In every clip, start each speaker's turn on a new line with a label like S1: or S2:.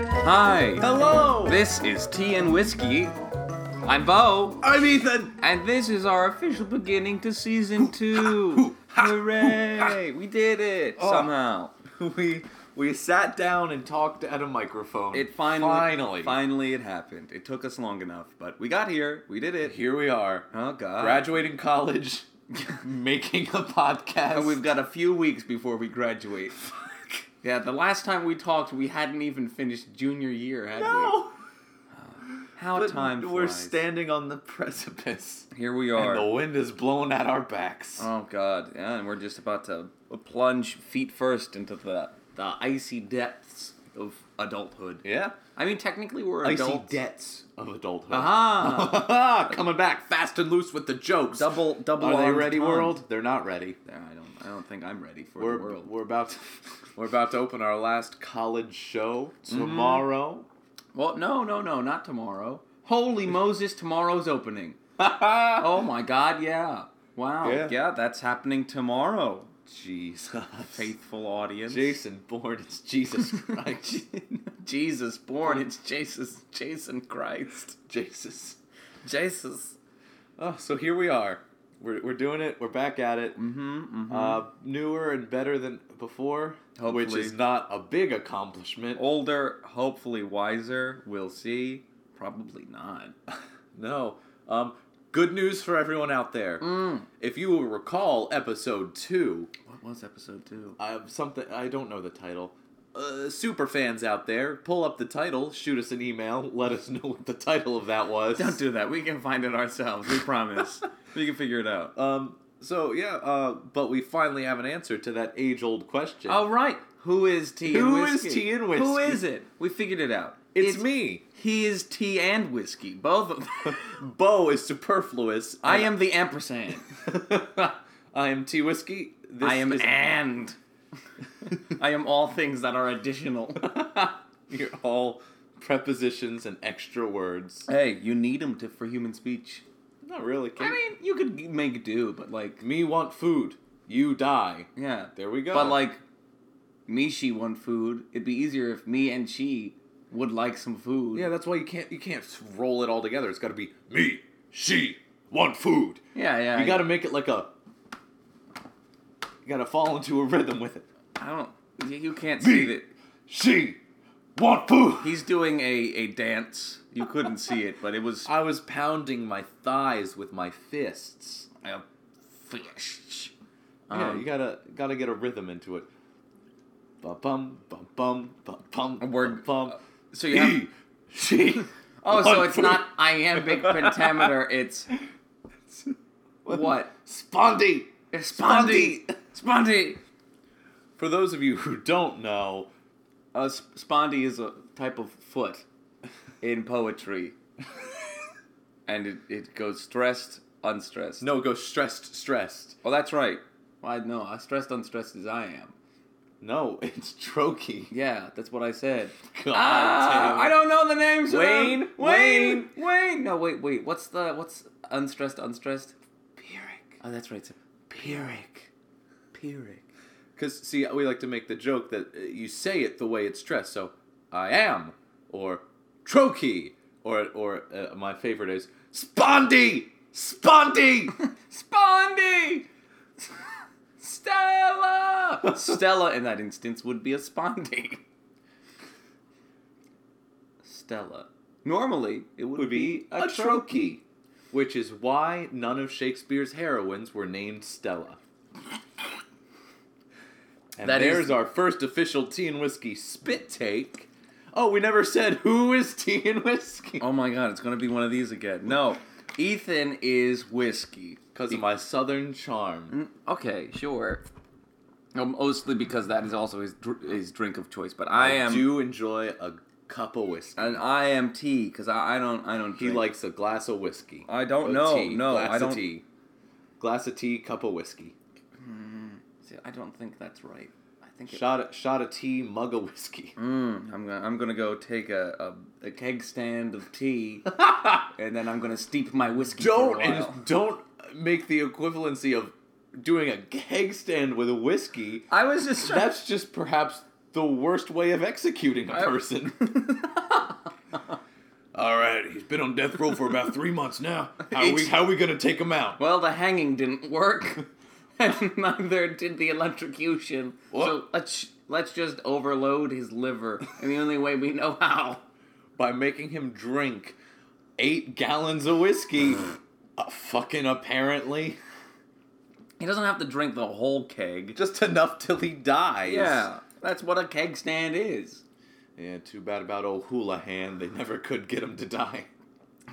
S1: Hi.
S2: Hello.
S1: This is Tea and Whiskey. I'm Bo,
S2: I'm Ethan.
S1: and this is our official beginning to season two. Hooray! We did it
S2: Oh.
S1: somehow.
S2: We we sat down and talked at a microphone.
S1: It finally,
S2: finally,
S1: finally, it happened. It took us long enough, but we got here. We did it.
S2: here we are,
S1: Oh God!
S2: graduating college, making a podcast.
S1: And we've got a few weeks before we graduate. Yeah, the last time we talked, we hadn't even finished junior year, had
S2: no.
S1: we? How
S2: But
S1: time flies.
S2: we're standing on the precipice,
S1: here we
S2: and the
S1: are.
S2: wind is blowing at our backs.
S1: Oh God! Yeah, and we're just about to plunge feet first into the the icy depths of adulthood.
S2: yeah,
S1: I mean, technically, we're
S2: icy Uh-huh.
S1: adults.
S2: debts of adulthood.
S1: Aha!
S2: Coming back fast and loose with the jokes.
S1: double, double.
S2: Are they ready,
S1: entendre.
S2: world? They're not ready.
S1: Yeah, I don't. I don't think I'm ready for
S2: we're,
S1: the world.
S2: we're about to, we're about to open our last college show
S1: Mm-hmm.
S2: tomorrow.
S1: Well, no, no, no, not tomorrow. Holy Moses! Tomorrow's opening. Oh my God! Yeah. Wow.
S2: Yeah.
S1: Yeah, that's happening tomorrow.
S2: Jesus,
S1: Faithful audience.
S2: Jason Bourne, it's Jesus Christ,
S1: Jesus born. It's Jesus. Jason Christ.
S2: Jesus.
S1: Jesus.
S2: Oh, so here we are. We're, we're doing it. We're back at it.
S1: Mm-hmm. mm-hmm.
S2: Uh, newer and better than before, which
S1: Hopefully. Oh.
S2: is not a big accomplishment.
S1: Older, hopefully wiser. We'll see. Probably not.
S2: No. Um, good news for everyone out there.
S1: Mm.
S2: If you will recall, episode two,
S1: What was episode two?
S2: I have Uh, something I don't know the title. Uh, super fans out there, pull up the title, shoot us an email, let us know what the title of that was.
S1: Don't do that. We can find it ourselves. We promise. we can figure it out.
S2: um, so yeah, uh, but we finally have an answer to that age-old question.
S1: All right. Who is tea
S2: Who
S1: and
S2: is
S1: whiskey?
S2: tea and
S1: Who
S2: whiskey?
S1: is it? We figured it out.
S2: it's, me.
S1: He is tea and whiskey. Both of them.
S2: Bo is superfluous.
S1: I am the ampersand.
S2: I am T whiskey. This
S1: I am
S2: is-
S1: and. I am all things that are additional.
S2: You're all prepositions and extra words.
S1: hey, you need them to, for human speech.
S2: Not really. Kate.
S1: I mean, you could make do, but like,
S2: me want food. You die.
S1: yeah.
S2: There we go.
S1: But like, me she want food. It'd be easier if me and she would like some food.
S2: Yeah, that's why you can't you can't roll it all together. It's got to be me, she, want food.
S1: yeah, yeah.
S2: You
S1: yeah.
S2: got to make it like a. You got to fall into a rhythm with it.
S1: I don't. You you can't see
S2: Me.
S1: that.
S2: She, want food.
S1: He's doing a a dance. You couldn't see it, but it was
S2: I was pounding my thighs with my fists.
S1: a fish.
S2: yeah,
S1: Um,
S2: you gotta gotta get a rhythm into it. Bum bum bum bum bum bum.
S1: Word- uh,
S2: bum.
S1: so you have.
S2: He, she.
S1: Oh, so
S2: want
S1: it's
S2: food.
S1: not iambic pentameter. It's what?
S2: Spondy.
S1: It's spondy. Spondy.
S2: For those of you who don't know,
S1: A Uh, sp- spondy is a type of foot in poetry, and it, it goes stressed, unstressed.
S2: no, go stressed, stressed.
S1: Oh, that's right. Why no? I stressed, unstressed as I am.
S2: No, it's Trokey.
S1: Yeah, that's what I said.
S2: God,
S1: Ah,
S2: damn it.
S1: I don't know the names. of
S2: Wayne,
S1: them. Wayne, Wayne. No, wait, wait. What's the what's unstressed, unstressed?
S2: Pyrrhic.
S1: Oh, that's right. It's a Pyrrhic. Pyrrhic.
S2: Because, see, we like to make the joke that uh, you say it the way it's stressed. So, I am, or Trokey, or, or uh, my favorite is Spondy! Spondy!
S1: Spondy! Stella! Stella, in that instance, would be a spondy. Stella. Normally, it would,
S2: would
S1: be, a, trochee.
S2: Trokey. Which is why none of Shakespeare's heroines were named Stella. And
S1: That is-
S2: there's our first official tea and whiskey spit take. Oh, we never said who is tea and whiskey.
S1: Oh my god, it's gonna be one of these again. No, Ethan is whiskey.
S2: Because of my southern charm.
S1: Mm, Okay, sure. No, mostly because that is also his, dr- his drink of choice. But I am,
S2: I do enjoy a cup of whiskey.
S1: and I am tea because I, I don't, I don't.
S2: he
S1: drink.
S2: likes a glass of whiskey.
S1: I don't
S2: A
S1: know.
S2: tea,
S1: No,
S2: glass
S1: I don't-
S2: Of tea. Glass of tea, cup of whiskey.
S1: See, I don't think that's right. I think it
S2: Shot, shot of tea, mug of whiskey.
S1: Mm, I'm gonna I'm gonna go take a, a, a keg stand of tea, and then I'm gonna steep my whiskey. for
S2: don't
S1: a while.
S2: and don't make the equivalency of doing a keg stand with a whiskey.
S1: I was just trying,
S2: That's just perhaps the worst way of executing a
S1: I-
S2: person. All right, he's been on death row for about three months now. How are we,
S1: It's-
S2: how we gonna take him out?
S1: Well, the hanging didn't work, and neither did the electrocution. So
S2: What?
S1: let's let's just overload his liver, and the only way we know how.
S2: By making him drink eight gallons of whiskey. uh, fucking apparently,
S1: He doesn't have to drink the whole keg.
S2: just enough till he dies.
S1: Yeah, that's what a keg stand is.
S2: Yeah, too bad about old Houlihan. They never could get him to die.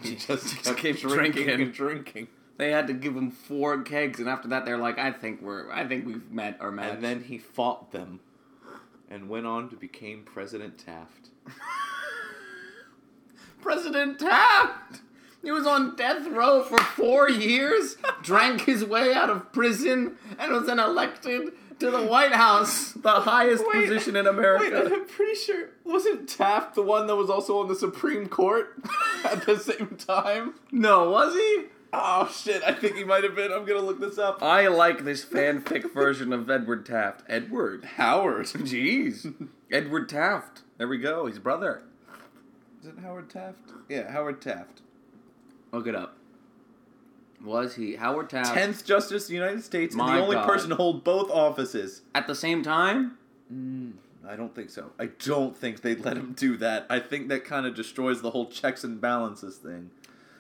S2: He just, kept
S1: keeps
S2: drinking,
S1: drinking.
S2: and drinking.
S1: They had to give him four kegs, and after that, they're like, "I think we're, I think we've met our match."
S2: And then he fought them and went on to become President Taft.
S1: President Taft, he was on death row for four years, drank his way out of prison, and was then elected to the White House, the highest
S2: Wait,
S1: position in America.
S2: Wait, I'm pretty sure wasn't Taft the one that was also on the Supreme Court at the same time?
S1: No, was he?
S2: Oh shit, I think he might have been. I'm gonna look this up.
S1: I like this fanfic version of Edward Taft. Edward.
S2: Howard. Is
S1: Jeez. Edward Taft. There we go, his brother.
S2: it Howard Taft? Yeah, Howard Taft.
S1: Look it up. Was he Howard Taft
S2: Tenth Justice of the United States
S1: Uh, My
S2: and the only
S1: God.
S2: person to hold both offices.
S1: at the same time?
S2: I don't think so. I don't think they let him do that. I think that kind of destroys the whole checks and balances thing.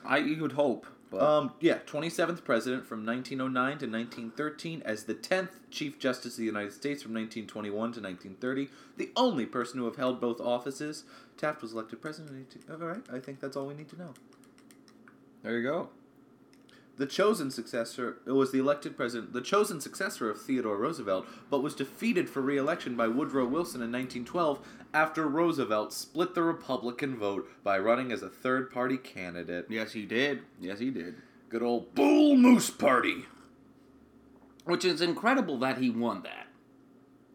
S1: I you would hope. But
S2: Um, yeah, 27th president from 1909 to 1913 as the 10th Chief Justice of the United States from 1921 to 1930. The only person who have held both offices. Taft was elected president. in 18 All right, I think that's all we need to know.
S1: there you go.
S2: The chosen successor it was the elected president, the chosen successor of Theodore Roosevelt, but was defeated for re-election by Woodrow Wilson in 1912 after Roosevelt split the Republican vote by running as a third-party candidate.
S1: Yes, he did. Yes, he did.
S2: Good old Bull Moose Party.
S1: Which is incredible that he won that.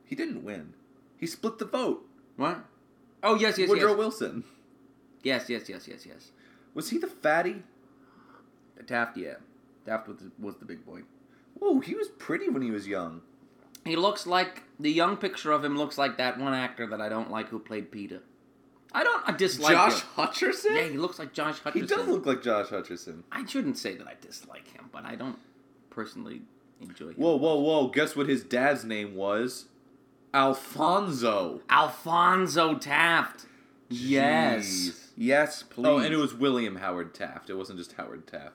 S2: He didn't win. He split the vote.
S1: What? Oh yes, yes,
S2: Woodrow
S1: yes.
S2: Wilson.
S1: yes, yes, yes, yes, yes.
S2: Was he the fatty?
S1: Taft, yeah. Taft was the, was the big boy.
S2: Whoa, he was pretty when he was young.
S1: He looks like the young picture of him looks like that one actor that I don't like who played Peter. I don't I dislike
S2: Josh
S1: him.
S2: Hutcherson?
S1: Yeah, he looks like Josh
S2: he
S1: Hutcherson.
S2: does look like Josh Hutcherson.
S1: I shouldn't say that I dislike him, but I don't personally enjoy him.
S2: Whoa, whoa, whoa. Guess what his dad's name was? Alfonso.
S1: Alfonso Taft.
S2: Jeez.
S1: Yes. Yes, please.
S2: Oh, and it was William Howard Taft. It wasn't just Howard Taft.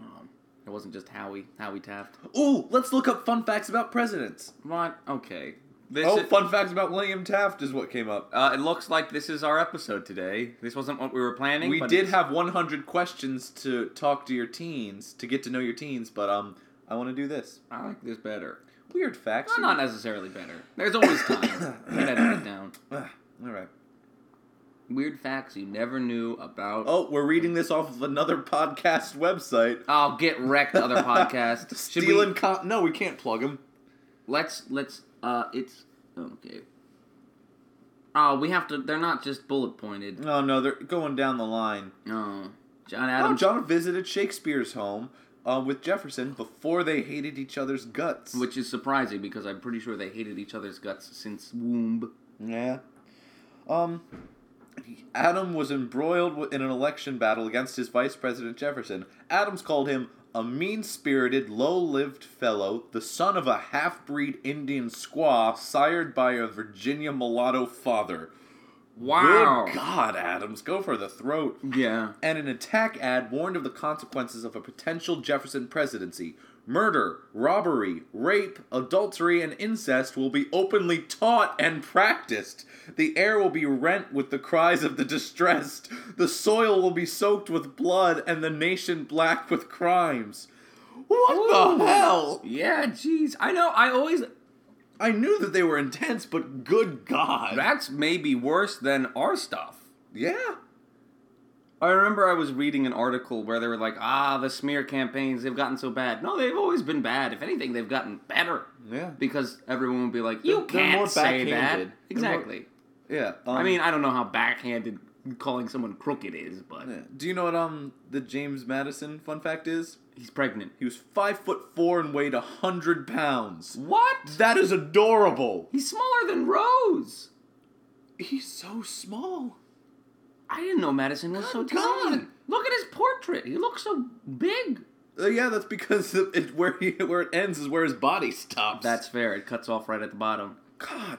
S1: Oh, it wasn't just Howie, Howie Taft.
S2: Ooh, let's look up fun facts about presidents.
S1: What? Okay. This
S2: oh,
S1: is-
S2: fun facts about William Taft is what came up.
S1: Uh, it looks like this is our episode today. This wasn't what we were planning.
S2: We
S1: but
S2: did
S1: it's-
S2: have 100 questions to talk to your teens, to get to know your teens, but um, I want to do this.
S1: I like this better.
S2: Weird facts.
S1: Well, not necessarily better. There's always time. You can edit it down.
S2: Ah, all right.
S1: Weird facts you never knew about.
S2: Oh, we're reading this off of another podcast website.
S1: I'll get wrecked. Other podcast. Should
S2: Stealing
S1: we?
S2: con- No, we can't plug them.
S1: Let's let's. Uh, it's okay. Oh, we have to. They're not just bullet pointed.
S2: No, Oh, no, they're going down the line.
S1: No, John
S2: Mm. Oh,
S1: Adams,
S2: John visited Shakespeare's home uh, with Jefferson before they hated each other's guts.
S1: which is surprising because I'm pretty sure they hated each other's guts since womb.
S2: yeah. Um, Adam was embroiled wi- in an election battle against his vice president Jefferson. Adams called him a mean-spirited, low-lived fellow, the son of a half-breed Indian squaw sired by a Virginia mulatto father.
S1: Wow.
S2: Good God, Adams, go for the throat.
S1: Yeah.
S2: And an attack ad warned of the consequences of a potential Jefferson presidency. Murder, robbery, rape, adultery, and incest will be openly taught and practiced. The air will be rent with the cries of the distressed. The soil will be soaked with blood, and the nation black with crimes. What the
S1: Ooh.
S2: hell?
S1: Yeah. Jeez. I know. I always
S2: I knew that they were intense, but good God.
S1: That's maybe worse than our stuff.
S2: Yeah.
S1: I remember I was reading an article where they were like, ah, the smear campaigns, they've gotten so bad. No, they've always been bad. If anything, they've gotten better.
S2: Yeah.
S1: Because everyone would be like, you
S2: They're- they're
S1: can't
S2: more
S1: say that.
S2: backhanded. They're more-
S1: Exactly.
S2: Yeah.
S1: I
S2: um,
S1: mean, I don't know how backhanded calling someone crooked is, but
S2: Yeah. Do you know what um the James Madison fun fact is?
S1: he's pregnant.
S2: He was five foot four and weighed a hundred pounds.
S1: What?
S2: That is adorable.
S1: He's smaller than Rose.
S2: He's so small.
S1: I didn't know Madison was so
S2: Good
S1: tiny.
S2: God.
S1: Look at his portrait. He looks so big.
S2: Uh, yeah, that's because the, it, where he, where it ends is where his body stops.
S1: That's fair. It cuts off right at the bottom.
S2: God.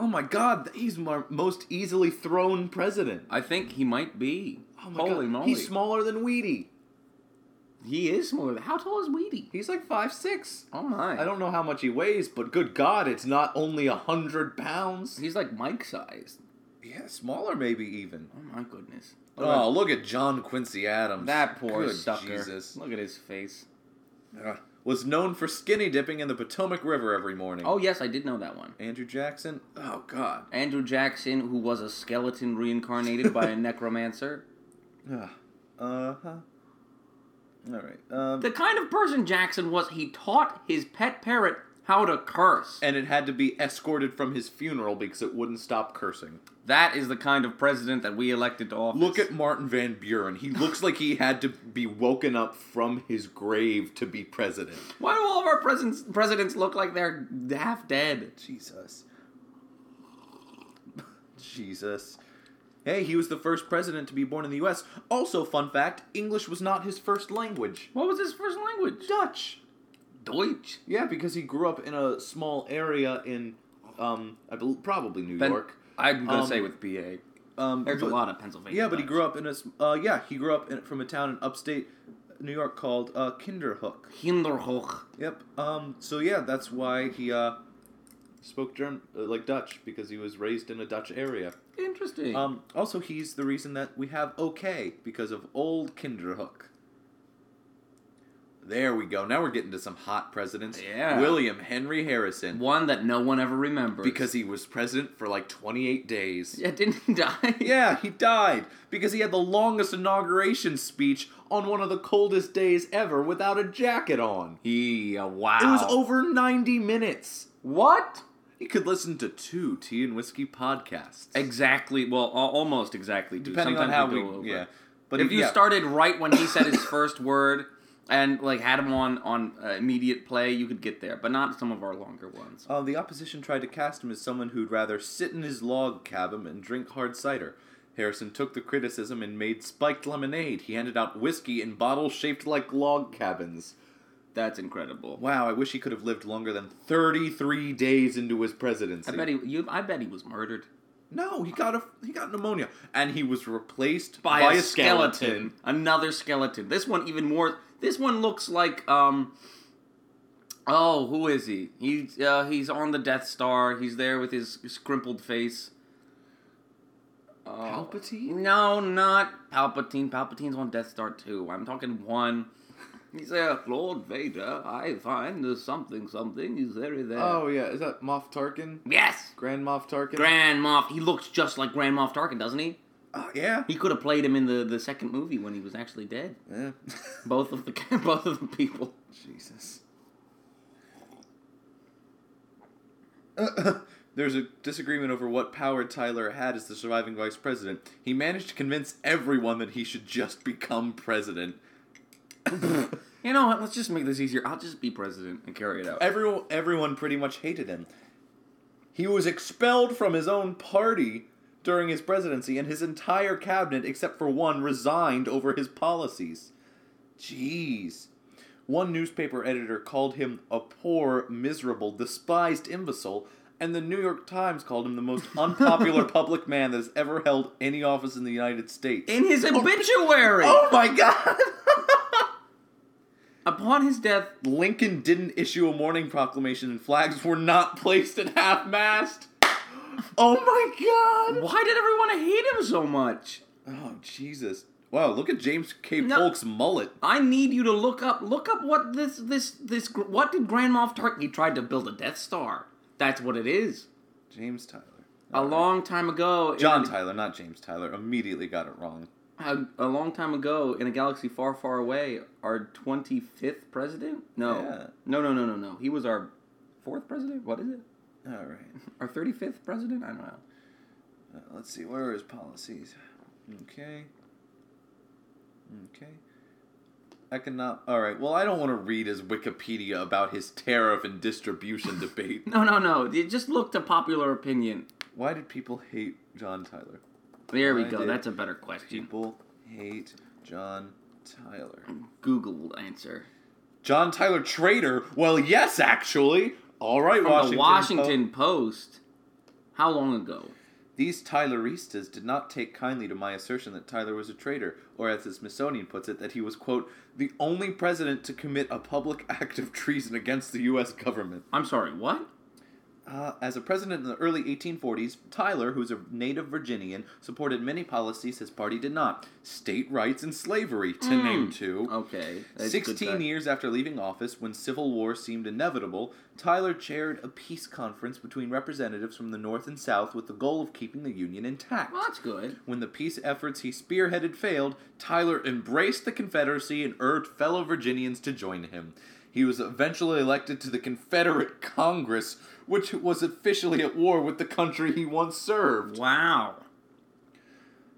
S2: Oh my God, he's my most easily thrown president.
S1: I think he might be.
S2: Oh my
S1: Holy
S2: God.
S1: moly.
S2: He's smaller than Weedy.
S1: He is smaller. How tall is Weedy?
S2: He's like five six.
S1: Oh my.
S2: I don't know how much he weighs, but good God, it's not only a hundred pounds.
S1: He's like Mike sized.
S2: Yeah, smaller maybe even.
S1: Oh my goodness.
S2: Oh, look at John Quincy Adams.
S1: that poor
S2: Good
S1: sucker.
S2: Jesus.
S1: Look at his face.
S2: Ugh. was known for skinny dipping in the Potomac River every morning.
S1: Oh yes, I did know that one.
S2: Andrew Jackson. Oh God.
S1: Andrew Jackson, who was a skeleton reincarnated by a necromancer.
S2: Uh huh. All right. Um,
S1: The kind of person Jackson was, he taught his pet parrot how to curse.
S2: and it had to be escorted from his funeral because it wouldn't stop cursing.
S1: That is the kind of president that we elected to office.
S2: Look at Martin Van Buren. He looks like he had to be woken up from his grave to be president.
S1: why do all of our presidents presidents look like they're half dead?
S2: Jesus. Jesus. Hey, he was the first president to be born in the US. Also, fun fact English was not his first language.
S1: What was his first language?
S2: Dutch.
S1: Deutsch.
S2: Yeah, because he grew up in a small area in, um, I bel probably New
S1: Ben-
S2: York.
S1: I'm gonna
S2: Um,
S1: say with PA.
S2: Um,
S1: There's
S2: but-
S1: a lot of Pennsylvania.
S2: Yeah, but he
S1: Dutch.
S2: grew up in a. s- Uh, yeah, he grew up in, from a town in upstate New York called uh, Kinderhook.
S1: Kinderhoch.
S2: Yep. Um. So yeah, that's why he uh spoke German uh, like Dutch because he was raised in a Dutch area.
S1: Interesting.
S2: Um. Also, he's the reason that we have OK because of old Kinderhook. There we go. Now we're getting to some hot presidents.
S1: Yeah.
S2: William Henry Harrison.
S1: One that no one ever remembers
S2: Because he was president for like 28 days.
S1: yeah, didn't he die?
S2: Yeah, he died because he had the longest inauguration speech on one of the coldest days ever without a jacket on.
S1: He uh, wow.
S2: It was over 90 minutes.
S1: What?
S2: You could listen to two tea and whiskey podcasts.
S1: Exactly. Well, al- almost exactly. Two.
S2: Depending on
S1: Sometimes
S2: how
S1: we
S2: we,
S1: go over.
S2: yeah. But
S1: if you
S2: yeah.
S1: started right when he said his first word and like had him on on uh, immediate play, you could get there, but not some of our longer ones.
S2: Uh, the opposition tried to cast him as someone who'd rather sit in his log cabin and drink hard cider. Harrison took the criticism and made spiked lemonade. He handed out whiskey in bottles shaped like log cabins.
S1: That's incredible.
S2: Wow, I wish he could have lived longer than 33 days into his presidency.
S1: I bet he. You, I bet he was murdered
S2: No, he got a he got pneumonia, and he was replaced
S1: by, a, skeleton. Another skeleton. This one even more. This one looks like um. Oh, who is he? He's uh, he's on the Death Star. He's there with his scrimpled face. Oh.
S2: Palpatine.
S1: No, not Palpatine. Palpatine's on Death Star 2. I'm talking 1. He's there, Lord Vader. I find there's something, something. He's very there.
S2: Oh yeah, is that Moff Tarkin?
S1: Yes!
S2: Grand Moff Tarkin.
S1: Grand Moff. He looks just like Grand Moff Tarkin, doesn't he?
S2: Oh yeah.
S1: He could have played him in the, the second movie when he was actually dead.
S2: yeah.
S1: Both of the both of the people.
S2: Jesus. There's a disagreement over what power Tyler had as the surviving vice president. He managed to convince everyone that he should just become president.
S1: You know what? Let's just make this easier. I'll just be president and carry it out.
S2: Everyone, everyone pretty much hated him. He was expelled from his own party during his presidency, and his entire cabinet, except for one, resigned over his policies. Jeez. One newspaper editor called him a poor, miserable, despised imbecile, and the New York Times called him the most unpopular public man that has ever held any office in the United States.
S1: In his obituary!
S2: oh my god!
S1: Upon his death,
S2: Lincoln didn't issue a mourning proclamation and flags were not placed at half mast. Oh my god!
S1: why did everyone hate him so much?
S2: Oh Jesus. Wow, look at James K.
S1: No.
S2: Polk's mullet.
S1: I need you to look up look up what this this this gr- what did Grand Moff Tarkin? He tried to build a Death Star. That's what it is.
S2: James Tyler.
S1: A long time ago, in
S2: John
S1: a-
S2: Tyler, not James Tyler. Immediately got it wrong.
S1: a, a long time ago in a galaxy far, far away, our twenty fifth president? No,
S2: Yeah.
S1: no, no, no, no, no. He was our fourth president. What is it?
S2: Alright.
S1: Our thirty fifth president? I don't know.
S2: Uh, let's see, where are his policies? Okay. Okay. Economic. Alright, well, I don't want to read his Wikipedia about his tariff and distribution debate.
S1: No, no, no. You Just look to popular opinion.
S2: Why did people hate John Tyler?
S1: There we
S2: Why
S1: go.
S2: did
S1: That's a better question.
S2: People hate John Tyler.
S1: Google will answer.
S2: John Tyler traitor? Well, yes, actually. All right,
S1: From
S2: Washington.
S1: the
S2: Po-
S1: Washington Post. How long ago?
S2: These Tyleristas did not take kindly to my assertion that Tyler was a traitor, or as the Smithsonian puts it, that he was, quote, the only president to commit a public act of treason against the U.S. government.
S1: I'm sorry. What?
S2: Uh, as a president in the early 1840s, Tyler, who's a native Virginian, supported many policies his party did not state rights and slavery, to
S1: Hmm.
S2: name two.
S1: Okay. that's good
S2: 16
S1: fact.
S2: years after leaving office, when civil war seemed inevitable, Tyler chaired a peace conference between representatives from the North and South with the goal of keeping the Union intact.
S1: Well, that's good.
S2: When the peace efforts he spearheaded failed, Tyler embraced the Confederacy and urged fellow Virginians to join him. He was eventually elected to the Confederate Congress, which was officially at war with the country he once served.
S1: Wow.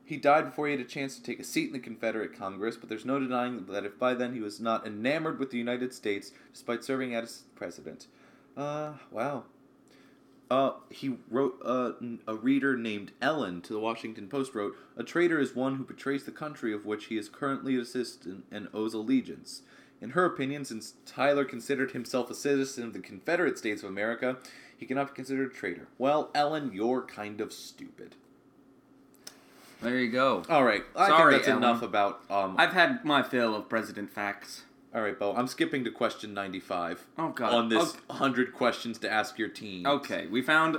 S2: He died before he had a chance to take a seat in the Confederate Congress, but there's no denying that if by then he was not enamored with the United States, despite serving as president. Uh, wow. Uh, he wrote uh, n- a reader named Ellen to the Washington Post wrote, "A traitor is one who betrays the country of which he is currently a citizen and owes allegiance." In her opinion, since Tyler considered himself a citizen of the Confederate States of America, he cannot be considered a traitor. Well, Ellen, you're kind of stupid.
S1: There you go.
S2: All right. I
S1: Sorry,
S2: think that's
S1: Ellen.
S2: enough about um
S1: I've had my fill of president facts.
S2: All right, Bo. I'm skipping to question 95
S1: Oh, God.
S2: on this
S1: Okay.
S2: 100 questions to ask your team.
S1: Okay, we found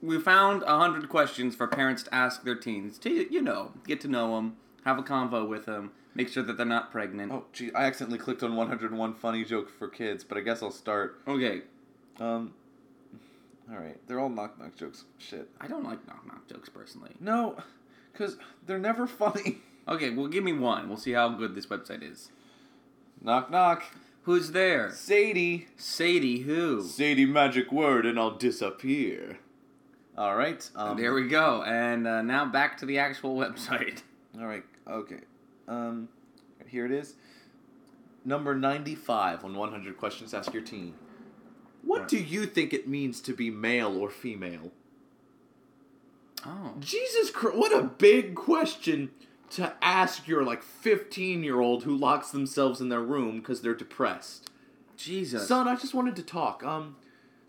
S1: we found a hundred questions for parents to ask their teens to you know get to know them, have a convo with them, make sure that they're not pregnant.
S2: Oh, gee, I accidentally clicked on 101 funny joke for kids, but I guess I'll start.
S1: Okay,
S2: Um All right. They're all knock knock jokes. Shit.
S1: I don't like knock knock jokes personally.
S2: No, cuz they're never funny.
S1: Okay, well give me one. We'll see how good this website is.
S2: knock knock.
S1: Who's there?
S2: Sadie.
S1: Sadie who?
S2: Sadie magic word and I'll disappear. All right. Um
S1: There we go. And uh, now back to the actual website.
S2: All right. Okay. Um, here it is. Number ninety-five on one hundred questions. Ask your team. What
S1: Right.
S2: do you think it means to be male or female?
S1: Oh,
S2: Jesus Christ! What a big question to ask your like fifteen-year-old who locks themselves in their room because they're depressed.
S1: Jesus.
S2: Son, I just wanted to talk. Um,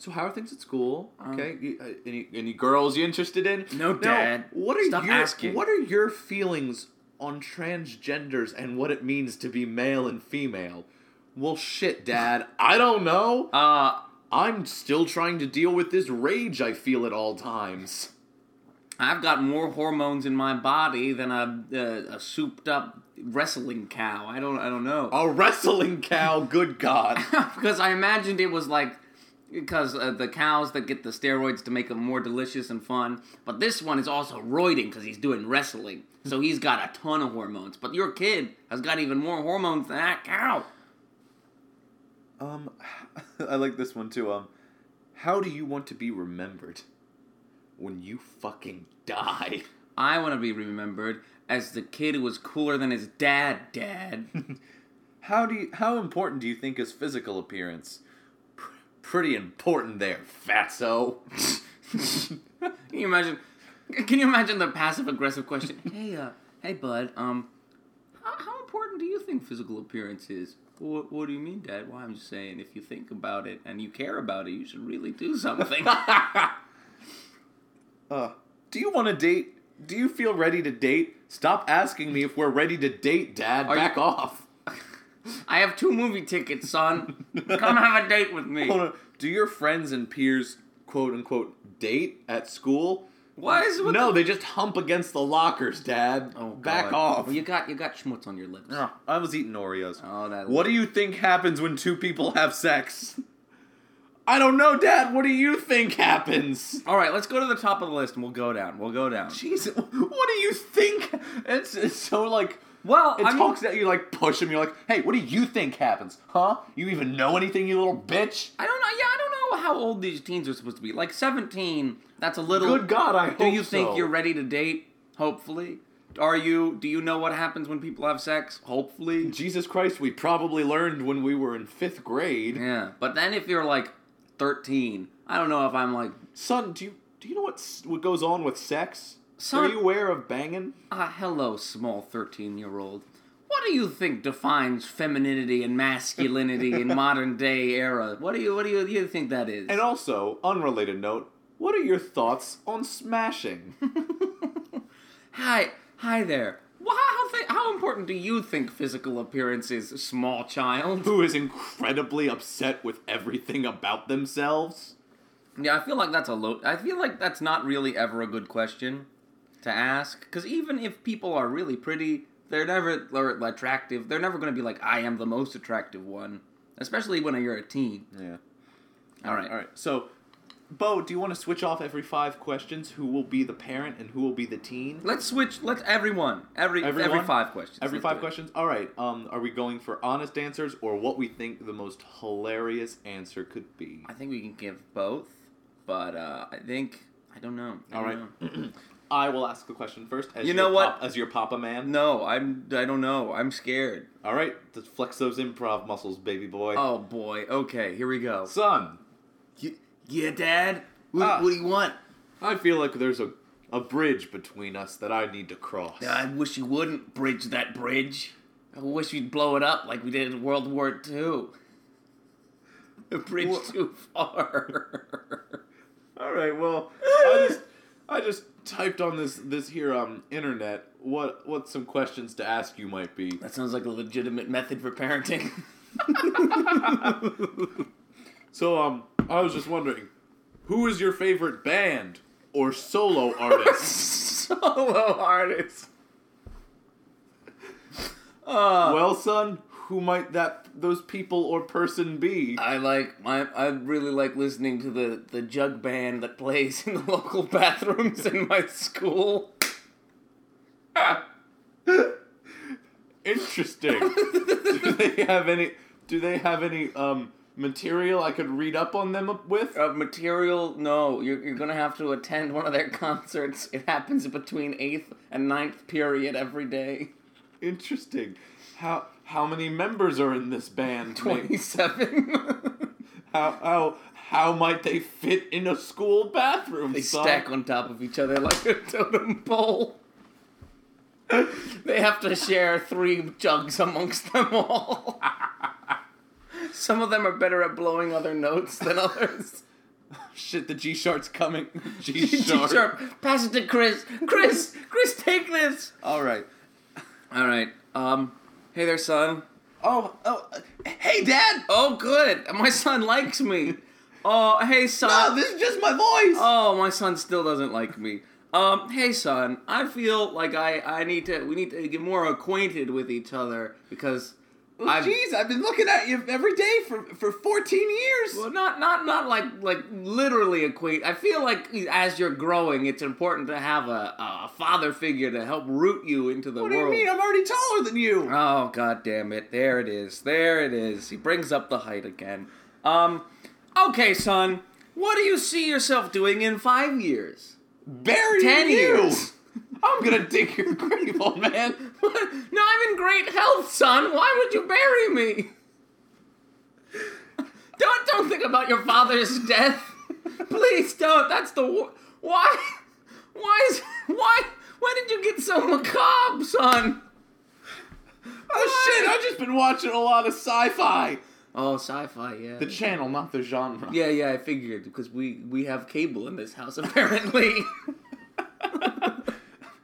S2: so how are things at school? Okay. You- uh, any any girls you interested in?
S1: Um, No,
S2: Now,
S1: Dad.
S2: what are
S1: Stop
S2: your
S1: asking.
S2: What are your feelings on transgenders and what it means to be male and female? Well, shit, Dad. I don't know.
S1: Uh,
S2: I'm still trying to deal with this rage I feel at all times.
S1: I've got more hormones in my body than a uh, a souped up wrestling cow. I don't. I don't know.
S2: A wrestling cow. Good God.
S1: because I imagined it was like because uh, the cows that get the steroids to make them more delicious and fun, but this one is also roiding because he's doing wrestling, so he's got a ton of hormones. But your kid has got even more hormones than that cow.
S2: Um, I like this one too. Um, how do you want to be remembered when you fucking die?
S1: I want to be remembered as the kid who was cooler than his dad. Dad,
S2: How do you, how important do you think is physical appearance? Pr- pretty important there, fatso.
S1: can you imagine? Can you imagine the passive aggressive question? hey, uh, hey, bud. Um, how, how important do you think physical appearance is? What, what do you mean, Dad? Well, I'm just saying, if you think about it and you care about it, you should really do something.
S2: uh, do you want to date? Do you feel ready to date? Stop asking me if we're ready to date, Dad.
S1: you-
S2: Back off.
S1: I have two movie tickets, son. Come have a date with me.
S2: Hold on. Do your friends and peers quote unquote date at school?
S1: Why is what
S2: no, they just hump against the lockers, Dad.
S1: the- Oh,
S2: Back
S1: God.
S2: off.
S1: Well, you got you got schmutz on your lips.
S2: Ugh, I was eating Oreos.
S1: Oh, that.
S2: What do you think happens when two people have sex? I don't know, Dad. What do you think happens?
S1: All right, let's go to the top of the list and we'll go down. We'll go down.
S2: Jesus, what do you think? It's, it's so like
S1: Well,
S2: it
S1: I mean-
S2: talks at you like push him. You're like, hey, what do you think happens? Huh? You even know anything, you little bitch?
S1: I don't know. Yeah, I don't know how old these teens are supposed to be. Like 17, that's a little.
S2: Good God, I
S1: Do
S2: hope
S1: you think
S2: so.
S1: you're ready to date? Hopefully. Are you? Do you know what happens when people have sex? Hopefully.
S2: Jesus Christ, we probably learned when we were in fifth grade.
S1: Yeah. But then if you're like 13, I don't know if I'm like,
S2: Son, do you Do you know what s- what goes on with sex?
S1: Son-
S2: Are you aware of banging?
S1: Ah, hello, small 13 year old. What do you think defines femininity and masculinity in modern day era? What do you what do you, you think that is?
S2: And also, unrelated note, what are your thoughts on smashing?
S1: hi, hi there. Wha- How, th- how important do you think physical appearance is, small child?
S2: Who is incredibly upset with everything about themselves?
S1: Yeah, I feel like that's a low. I feel like that's not really ever a good question to ask because even if people are really pretty, they're never they're attractive. They're never going to be like, I am the most attractive one, especially when you're a teen.
S2: Yeah.
S1: All right,
S2: All right. So, Bo, do you want to switch off every five questions? Who will be the parent and who will be the teen?
S1: Let's switch. Let's everyone. Every every
S2: Everyone?
S1: five questions.
S2: Every
S1: Let's do
S2: five
S1: it.
S2: questions. All right. Um, are we going for honest answers or what we think the most hilarious answer could be?
S1: I think we can give both, but uh, I think I don't know. I
S2: All
S1: don't
S2: right. I will ask the question first. As
S1: You
S2: your
S1: know what?
S2: pop- as your papa man.
S1: know. No, I'm. I don't know. I'm scared.
S2: All right. Let's flex those improv muscles, baby boy.
S1: Oh boy. Okay. Here we go.
S2: Son,
S1: yeah, Dad. What,
S2: Ah.
S1: what do you want?
S2: I feel like there's a a bridge between us that I need to cross.
S1: I wish you wouldn't bridge that bridge. I wish you'd blow it up like we did in World War II. A bridge
S2: Wha-
S1: too far.
S2: All right. Well, I just I just typed on this this here um internet what what some questions to ask you might be.
S1: that sounds like a legitimate method for parenting.
S2: So um I was just wondering, who is your favorite band or solo artist?
S1: Solo artist. Uh,
S2: well, son, who might that those people or person be?
S1: I like my I really like listening to the the jug band that plays in the local bathrooms in my school.
S2: Interesting. do they have any? Do they have any um material I could read up on them with?
S1: Uh, material, no, you're you're gonna have to attend one of their concerts. It happens between eighth and ninth period every day.
S2: Interesting. How how many members are in this band?
S1: Twenty seven.
S2: How how how might they fit in a school bathroom?
S1: They
S2: son?
S1: stack on top of each other like a totem pole. they have to share three jugs amongst them all. Some of them are better at blowing other notes than others.
S2: Shit, the G sharp's coming. G
S1: G-sharp.
S2: sharp.
S1: Pass it to Chris. Chris, Chris, take this.
S2: All right.
S1: All right. Um. Hey there, son.
S2: Oh oh. uh, Hey, Dad.
S1: Oh, good. My son likes me. Oh, hey, son.
S2: Oh, this is just my voice.
S1: Oh, my son still doesn't like me. Um, hey son, I feel like I I need to we need to get more acquainted with each other because I've
S2: Oh, Jeez, I've been looking at you every day for for 14 years.
S1: well, not not not like like literally acquaint. I feel like as you're growing, it's important to have a, a father figure to help root you into the
S2: What do you
S1: world.
S2: mean? I'm already taller than you.
S1: Oh god damn it. There it is. There it is. He brings up the height again. Um okay, son. What do you see yourself doing in 5 years?
S2: Burying
S1: 10
S2: you.
S1: years.
S2: I'm gonna dig your grave, old man.
S1: no, I'm in great health, son. Why would you bury me? Don't don't think about your father's death. Please don't. That's the wor- why. Why is why? Why did you get so macabre, son?
S2: Oh shit! I've just been watching a lot of sci-fi.
S1: Oh, sci-fi, yeah.
S2: The channel, not the genre.
S1: yeah, yeah. I figured because we we have cable in this house apparently.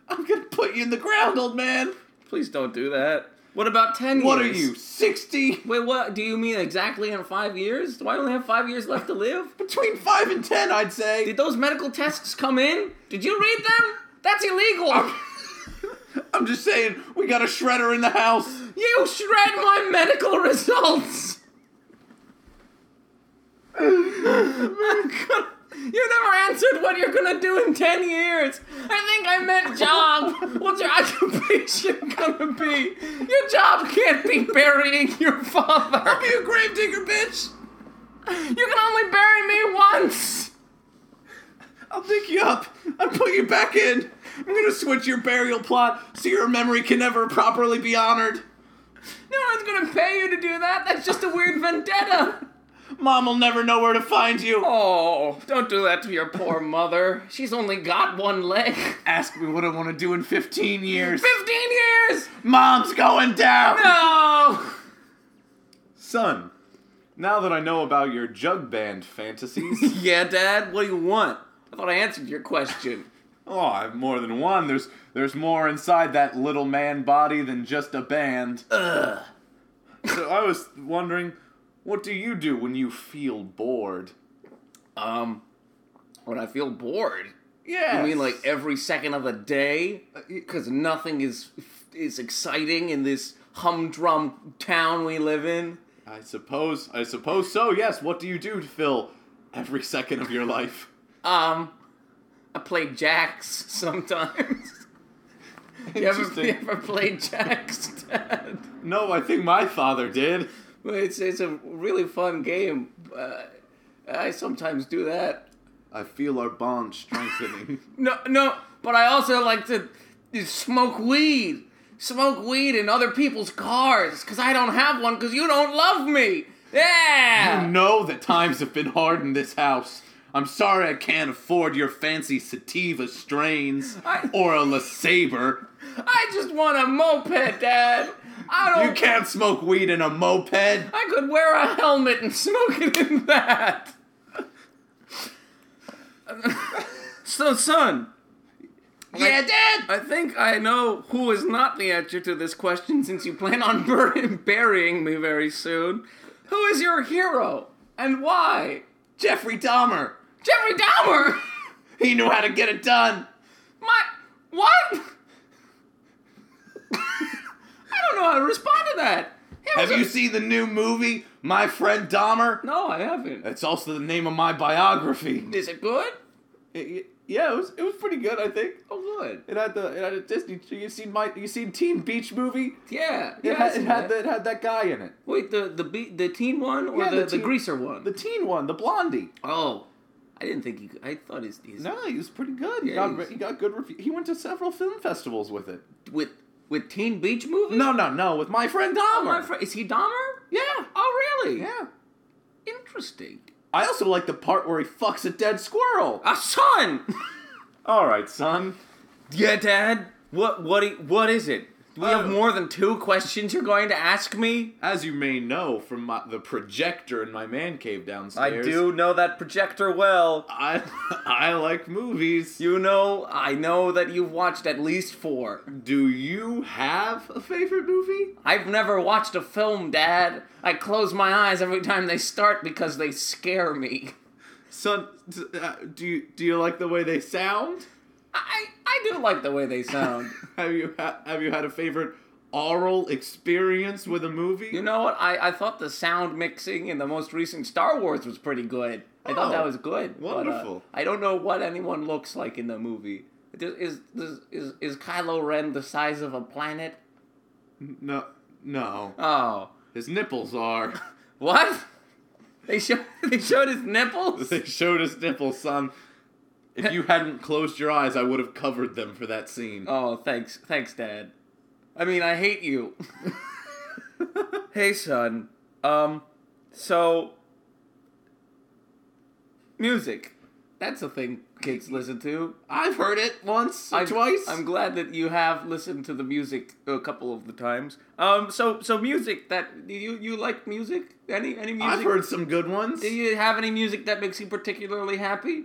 S2: I'm gonna put you in the ground, old man.
S1: Please don't do that. What about ten
S2: What are
S1: years?
S2: you, 60?
S1: Wait, what do you mean exactly in five years? Do I only have five years left to live?
S2: Between 5 and 10, I'd say.
S1: Did those medical tests come in? Did you read them? That's illegal.
S2: I'm just saying, we got a shredder in the house.
S1: you shred my medical results. I'm gonna- you never answered what you're gonna do in ten years. I think I meant job. What's your occupation gonna be? Your job can't be burying your father. I'll be a gravedigger, bitch. You can only bury me once.
S2: I'll pick you up and put you back in. I'm gonna switch your burial plot so your memory can never properly be honored.
S1: No one's gonna pay you to do that. That's just a weird vendetta.
S2: Mom will never know where to find you.
S1: Oh, don't do that to your poor mother. She's only got one leg.
S2: Ask me what I want to do in 15 years.
S1: 15 years!
S2: Mom's going down.
S1: No!
S2: Son, now that I know about your jug band fantasies,
S1: Yeah, Dad, what do you want? I thought I answered your question.
S2: oh, I have more than one. There's there's more inside that little man body than just a band.
S1: Ugh.
S2: so I was wondering, what do you do when you feel bored?
S1: Um, when I feel bored.
S2: Yeah.
S1: I mean, like every second of the day, because nothing is is exciting in this humdrum town we live in.
S2: I suppose I suppose so. Yes. What do you do to fill every second of your life?
S1: Um, I play jacks sometimes. you, ever,
S2: Interesting.
S1: you ever played jacks, Dad?
S2: No, I think my father did.
S1: Well, It's it's a really fun game. Uh, I sometimes do that.
S2: I feel our bond strengthening.
S1: No, no, but I also like to smoke weed. Smoke weed in other people's cars because I don't have one because you don't love me.
S2: I
S1: Yeah!
S2: know that times have been hard in this house. I'm sorry I can't afford your fancy sativa strains
S1: I-
S2: or a LeSabre.
S1: I just want a moped, Dad. I don't.
S2: You can't smoke weed in a moped.
S1: I could wear a helmet and smoke it in that. so, son,
S2: yeah, Dad.
S1: I think I know who is not the answer to this question since you plan on bur- burying me very soon. Who is your hero and why?
S2: Jeffrey Dahmer.
S1: Jeffrey Dahmer!
S2: He knew how to get it done.
S1: My. What? I don't know how to respond to that. It was
S2: Have
S1: a-
S2: you seen the new movie, My Friend Dahmer?
S1: No, I haven't.
S2: That's also the name of my biography.
S1: Is it good?
S2: yeah, it was it was pretty good, I think.
S1: Oh, good.
S2: It had the it had a Disney. You seen my you seen Teen Beach movie?
S1: Yeah.
S2: It
S1: yeah, I
S2: had,
S1: see
S2: it had
S1: that.
S2: the, it had that guy in it.
S1: Wait, the the be- the teen one or
S2: Yeah,
S1: the,
S2: the
S1: the,
S2: teen-
S1: greaser one?
S2: The teen one, the blondie.
S1: oh, I didn't think he. Could. I thought his, his
S2: No, he was pretty good. He,
S1: Yeah,
S2: got,
S1: he
S2: re-
S1: was-
S2: he got good review. He went to several film festivals with it.
S1: with with Teen Beach movie.
S2: No, no, no, with my friend Dahmer.
S1: Oh, my fri- is he Dahmer?
S2: yeah,
S1: Oh, really?
S2: yeah.
S1: Interesting.
S2: I also like the part where he fucks a dead squirrel.
S1: A son.
S2: All right, son.
S1: yeah, Dad. What what i- what is it? Do we have
S2: Oh.
S1: more than two questions you're going to ask me?
S2: As you may know from my, the projector in my man cave downstairs,
S1: know that projector well.
S2: I I like movies.
S1: You know, I know that you've watched at least four.
S2: Do you have a favorite movie?
S1: I've never watched a film, Dad. I close my eyes every time they start because they scare me.
S2: Son, d- uh, do you do you like the way they sound?
S1: I I do like the way they sound.
S2: Have you ha- have you had a favorite oral experience with a movie?
S1: you know what? I, I thought the sound mixing in the most recent Star Wars was pretty good. I thought that
S2: Oh,
S1: was good. but, uh,
S2: wonderful.
S1: I don't know what anyone looks like in the movie. Does- Is is is, is Kylo Ren the size of a planet?
S2: no, no.
S1: Oh,
S2: His nipples are.
S1: what? They show they showed his nipples.
S2: they showed his nipples, son. If you hadn't closed your eyes, I would have covered them for that scene.
S1: Oh, thanks, thanks, Dad. I mean, I hate you. hey, son. Um, so music. That's a thing kids listen to.
S2: I've heard it once, or
S1: I'm-
S2: twice.
S1: I'm glad that you have listened to the music a couple of the times. Um, so so music that do you you like music? Any any music?
S2: I've heard some good ones.
S1: Do you have any music that makes you particularly happy?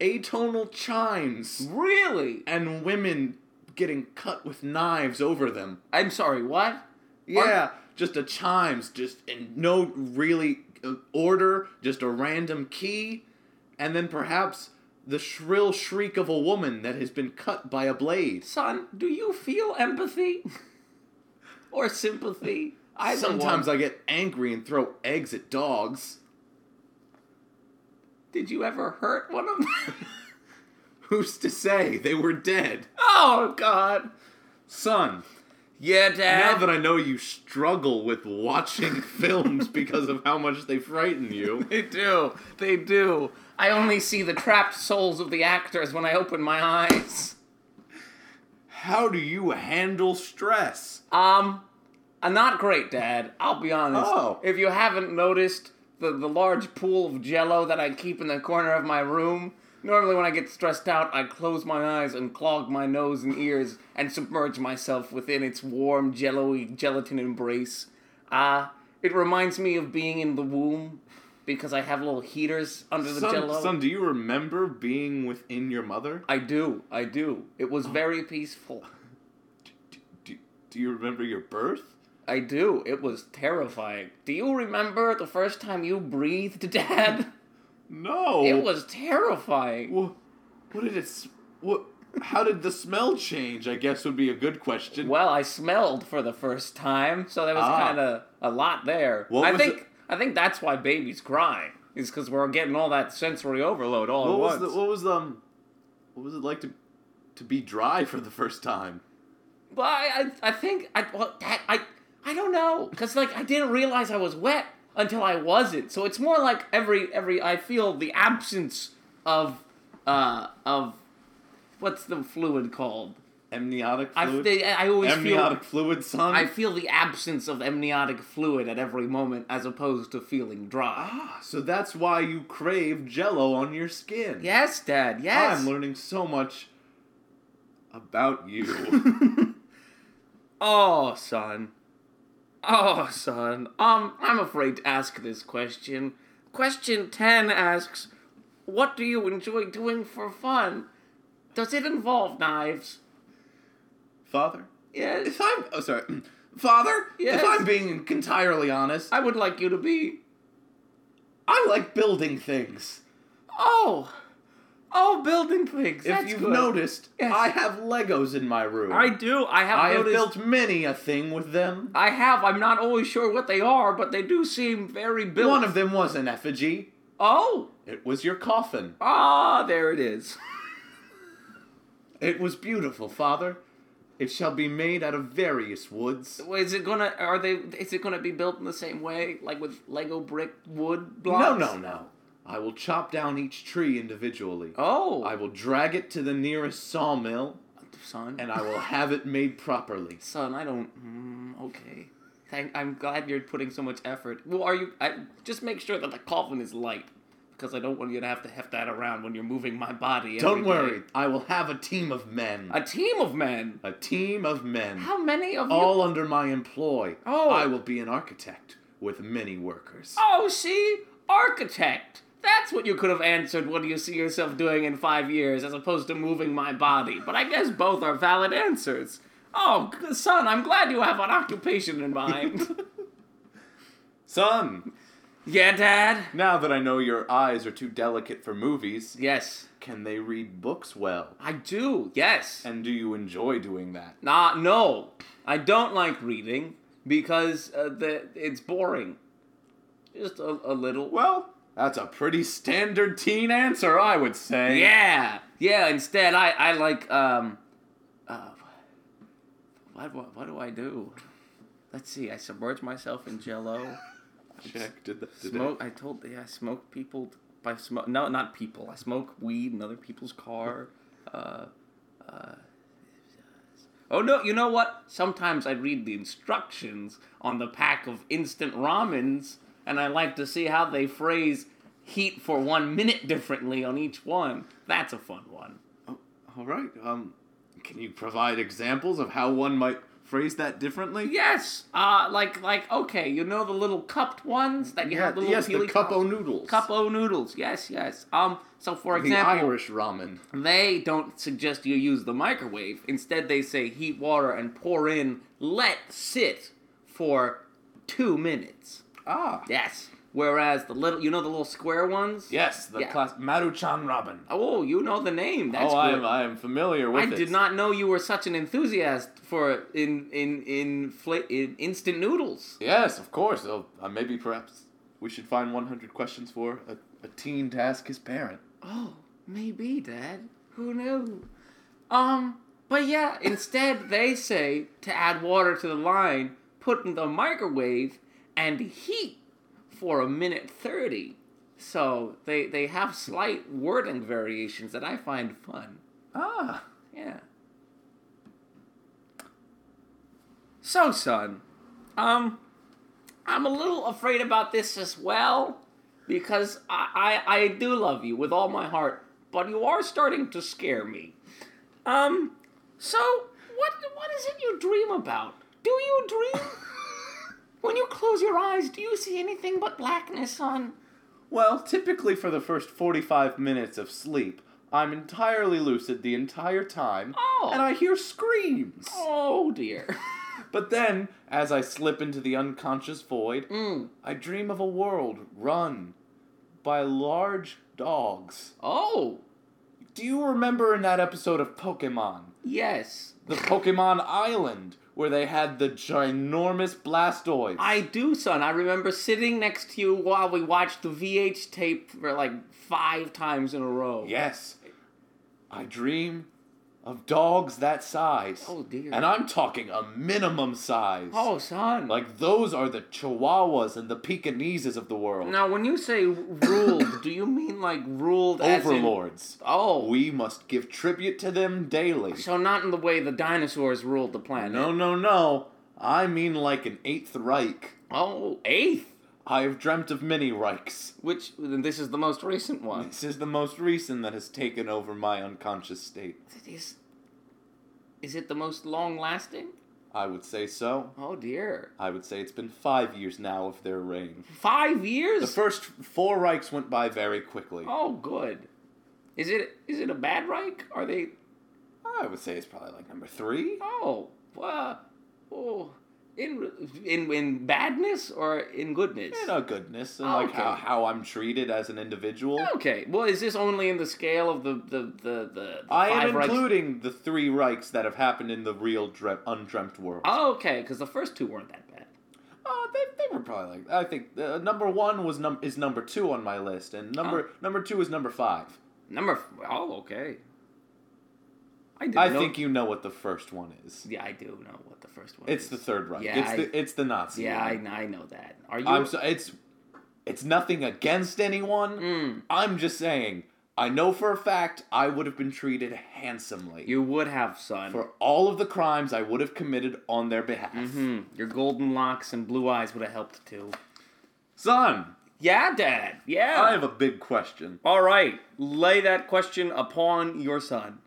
S2: Atonal chimes
S1: Really?
S2: and women getting cut with knives over them.
S1: I'm sorry. What?
S2: Yeah, just a chimes, just and no really uh, order, just a random key, and then perhaps the shrill shriek of a woman that has been cut by a blade.
S1: Son, do you feel empathy or sympathy? Either
S2: Sometimes
S1: one.
S2: I get angry and throw eggs at dogs.
S1: did you ever hurt one of them?
S2: Who's to say they were dead?
S1: oh God!
S2: Son,
S1: Yeah,
S2: now
S1: Dad.
S2: that I know you struggle with watching films because of how much they frighten you,
S1: they do. They do. I only see the trapped souls of the actors when I open my eyes.
S2: how do you handle stress?
S1: Um, uh, not great, Dad. I'll be honest.
S2: Oh.
S1: If you haven't noticed, the, the large pool of jello that I keep in the corner of my room. Normally, when I get stressed out, I close my eyes and clog my nose and ears and submerge myself within its warm, jello-y gelatin embrace. Ah, it reminds me of being in the womb because I have little heaters under the jello.
S2: Son, son, do you remember being within your mother?
S1: I do, I do. It was very peaceful.
S2: Do, do, do you remember your birth?
S1: I do. It was terrifying. Do you remember the first time you breathed, Dad?
S2: No.
S1: It was terrifying.
S2: Wha- what did it? s- What? How did the smell change? I guess would be a good question.
S1: Well, I smelled for the first time, so there was
S2: Ah.
S1: kind of a lot there.
S2: What
S1: I
S2: was
S1: think I think that's why babies cry is because we're getting all that sensory overload all
S2: What
S1: at
S2: was
S1: once.
S2: the, what was um, what was it like to, to be dry for the first time?
S1: Well, I, I, I think I, well, that, I, I don't know, cause like I didn't realize I was wet until I wasn't. So it's more like every every I feel the absence of, uh, of, what's the fluid called?
S2: Amniotic
S1: I,
S2: fluid.
S1: they, I always
S2: Amniotic
S1: feel
S2: fluid, son.
S1: I feel the absence of amniotic fluid at every moment, as opposed to feeling dry.
S2: Ah, so that's why you crave Jello on your skin.
S1: Yes, Dad. Yes.
S2: Oh, I'm learning so much about you.
S1: Oh, son. Oh, son. Um, I'm afraid to ask this question. Question 10 asks, What do you enjoy doing for fun? Does it involve knives?
S2: Father,
S1: Yes.
S2: if I'm oh sorry, Father,
S1: Yes.
S2: if I'm being entirely honest, I,
S1: I would like you to be.
S2: like building things.
S1: Oh! Oh, building things.
S2: If
S1: That's
S2: you've
S1: good.
S2: noticed,
S1: Yes.
S2: I have Legos in my room.
S1: I do. I have
S2: I have
S1: noticed.
S2: built many a thing with them.
S1: I have. I'm not always sure what they are, but they do seem very built.
S2: One of them was an effigy.
S1: Oh!
S2: It was your coffin.
S1: Ah, there it is.
S2: It was beautiful, Father. It shall be made out of various woods.
S1: Is it gonna? Are they? Is it gonna be built in the same way, like with Lego brick wood
S2: No,
S1: blocks?
S2: no, no. I will chop down each tree individually.
S1: Oh,
S2: I will drag it to the nearest sawmill,
S1: son,
S2: and I will have it made properly.
S1: son, I don't. Mm, okay, Thank, I'm glad you're putting so much effort. Well, are you? I, just make sure that the coffin is light, because I don't want you to have to heft that around when you're moving my body. every
S2: Don't
S1: day.
S2: worry, I will have a team of men.
S1: A team of men.
S2: A team of men.
S1: How many of you?
S2: All under my employ.
S1: Oh.
S2: I will be an architect with many workers.
S1: Oh, see, architect. That's what you could have answered. What do you see yourself doing in five years, as opposed to moving my body? But I guess both are valid answers. Oh, g- son, I'm glad you have an occupation in mind.
S2: Son,
S1: yeah, Dad.
S2: now that I know your eyes are too delicate for movies,
S1: Yes,
S2: can they read books well?
S1: I do. Yes.
S2: And do you enjoy doing that?
S1: Nah, no, I don't like reading because uh, the it's boring. Just a, a little.
S2: Well, that's a pretty standard teen answer, I would say.
S1: Yeah, yeah. Instead, I I like um, uh, what what what do I do? Let's see. I submerge myself in Jello.
S2: Check. Did that? Did
S1: Smoke. I told yeah. I smoke people by smoke. No, not people. I smoke weed in other people's car. Uh, uh, oh no! You know what? Sometimes I read the instructions on the pack of instant ramens, and I like to see how they phrase heat for one minute differently on each one. That's a fun one.
S2: Oh, All right. Um, can you provide examples of how one might phrase that differently?
S1: Yes. Uh, like like okay. You know the little cupped ones that you have the little
S2: yes, the
S1: peely-
S2: cupo noodles.
S1: Cup-o noodles, yes, yes. Um, so for
S2: The
S1: example,
S2: Irish ramen.
S1: They don't suggest you use the microwave. Instead, they say heat water and pour in, let sit for two minutes.
S2: Ah.
S1: Yes. Whereas the little, you know, the little square ones.
S2: Yes, the
S1: Yeah.
S2: class Maruchan ramen.
S1: Oh, you know the name. That's
S2: oh, I
S1: good.
S2: am, I am familiar with
S1: I
S2: it.
S1: did not know you were such an enthusiast for in in in, fla- in instant noodles.
S2: Yes, of course. Oh, uh, maybe perhaps we should find 100 questions for a, a teen to ask his parent.
S1: Oh, maybe, Dad. Who knew? Um, but yeah, instead they say to add water to the line, put in the microwave, and heat for a minute 30. So they, they have slight wording variations that I find fun.
S2: Ah.
S1: Yeah. So, son, um, I'm a little afraid about this as well. because I, I I do love you with all my heart, but you are starting to scare me. Um, so what what is it you dream about? Do you dream? when you close your eyes, do you see anything but blackness on?
S2: Well, typically for the first 45 minutes of sleep, I'm entirely lucid the entire time,
S1: Oh.
S2: and I hear screams.
S1: Oh dear.
S2: But then, as I slip into the unconscious void,
S1: Mm.
S2: I dream of a world run by large dogs.
S1: Oh
S2: Do you remember in that episode of Pokemon,
S1: yes,
S2: the Pokemon Island, where they had the ginormous Blastoise?
S1: I do, son. I remember sitting next to you while we watched the VH tape for like five times in a row.
S2: Yes. I dream of dogs that size.
S1: Oh, dear.
S2: And I'm talking a minimum size.
S1: Oh, son.
S2: Like those are the chihuahuas and the Pekingeses of the world.
S1: Now, when you say ruled, do you mean like ruled as in-
S2: Overlords.
S1: oh,
S2: We must give tribute to them daily.
S1: so not in the way the dinosaurs ruled the planet.
S2: No, no, no. I mean like an Eighth Reich.
S1: Oh, eighth.
S2: I have dreamt of many Reichs.
S1: Which then this is the most recent one.
S2: This is the most recent that has taken over my unconscious state.
S1: Is, is it the most long lasting?
S2: I would say so.
S1: Oh dear.
S2: I would say it's been five years now of their reign.
S1: Five
S2: The
S1: years.
S2: first four Reichs went by very quickly.
S1: oh, good. Is it is it a bad Reich? Are they?
S2: I would say it's probably like number three.
S1: Oh, uh, oh, in in in badness or in goodness?
S2: You know, Eh, goodness and like
S1: Okay.
S2: how, how I'm treated as an individual.
S1: Okay. Well, is this only in the scale of the the the the? the
S2: I
S1: five
S2: am
S1: Reichs?
S2: including the three Reichs that have happened in the real dre- undreamt world.
S1: Oh, okay, because the first two weren't that bad.
S2: Oh, they, they were probably like I think uh, number one was num- is number two on my list, and number
S1: Ah.
S2: number two is number five.
S1: Number. F- oh, okay. I didn't
S2: I
S1: know-
S2: think you know what the first one is.
S1: Yeah, I do know what the first one.
S2: It's
S1: is.
S2: the Third Reich.
S1: Yeah,
S2: it's
S1: I-
S2: the it's the Nazi.
S1: Yeah, I,
S2: one.
S1: I know that. Are you?
S2: I'm so it's it's nothing against anyone.
S1: Mm.
S2: I'm just saying I know for a fact I would have been treated handsomely
S1: you would have, son.
S2: for all of the crimes I would have committed on their behalf.
S1: hmm Your golden locks and blue eyes would have helped too.
S2: Son,
S1: Yeah, Dad. Yeah.
S2: I have a big question.
S1: All right, lay that question upon your son.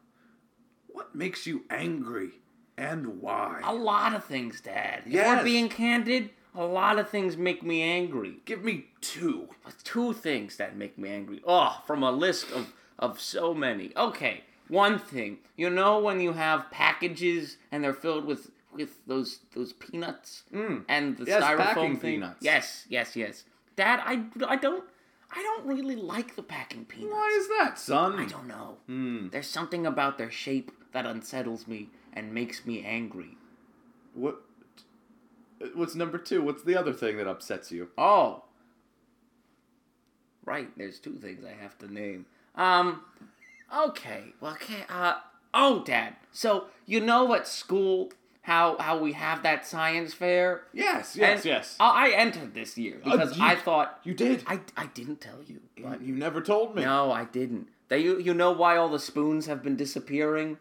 S3: What makes you angry and why?
S1: A lot of things, Dad. If
S3: Yes.
S1: we're being candid, a lot of things make me angry.
S3: Give me two.
S1: two things that make me angry. Oh, from a list of of so many. Okay, one thing. You know when you have packages and they're filled with with those those peanuts and the
S2: Yes, packing
S1: styrofoam thing.
S2: peanuts.
S1: Yes, yes, yes. Dad, I I don't I don't really like the packing peanuts.
S2: Why is that, son?
S1: I don't know.
S2: Hmm.
S1: There's something about their shape that unsettles me and makes me angry.
S2: What? uh, What's number two? What's the other thing that upsets you?
S1: Oh. Right, there's two things I have to name. Um okay. Well, okay. Uh oh, dad. So, you know at school how how we have that science fair?
S2: Yes, yes,
S1: And
S2: yes. Uh,
S1: I, I entered this year because
S2: you-
S1: I thought
S2: you did.
S1: I I didn't tell you. But
S2: you never told me.
S1: no, I didn't. They you, you know why all the spoons have been disappearing?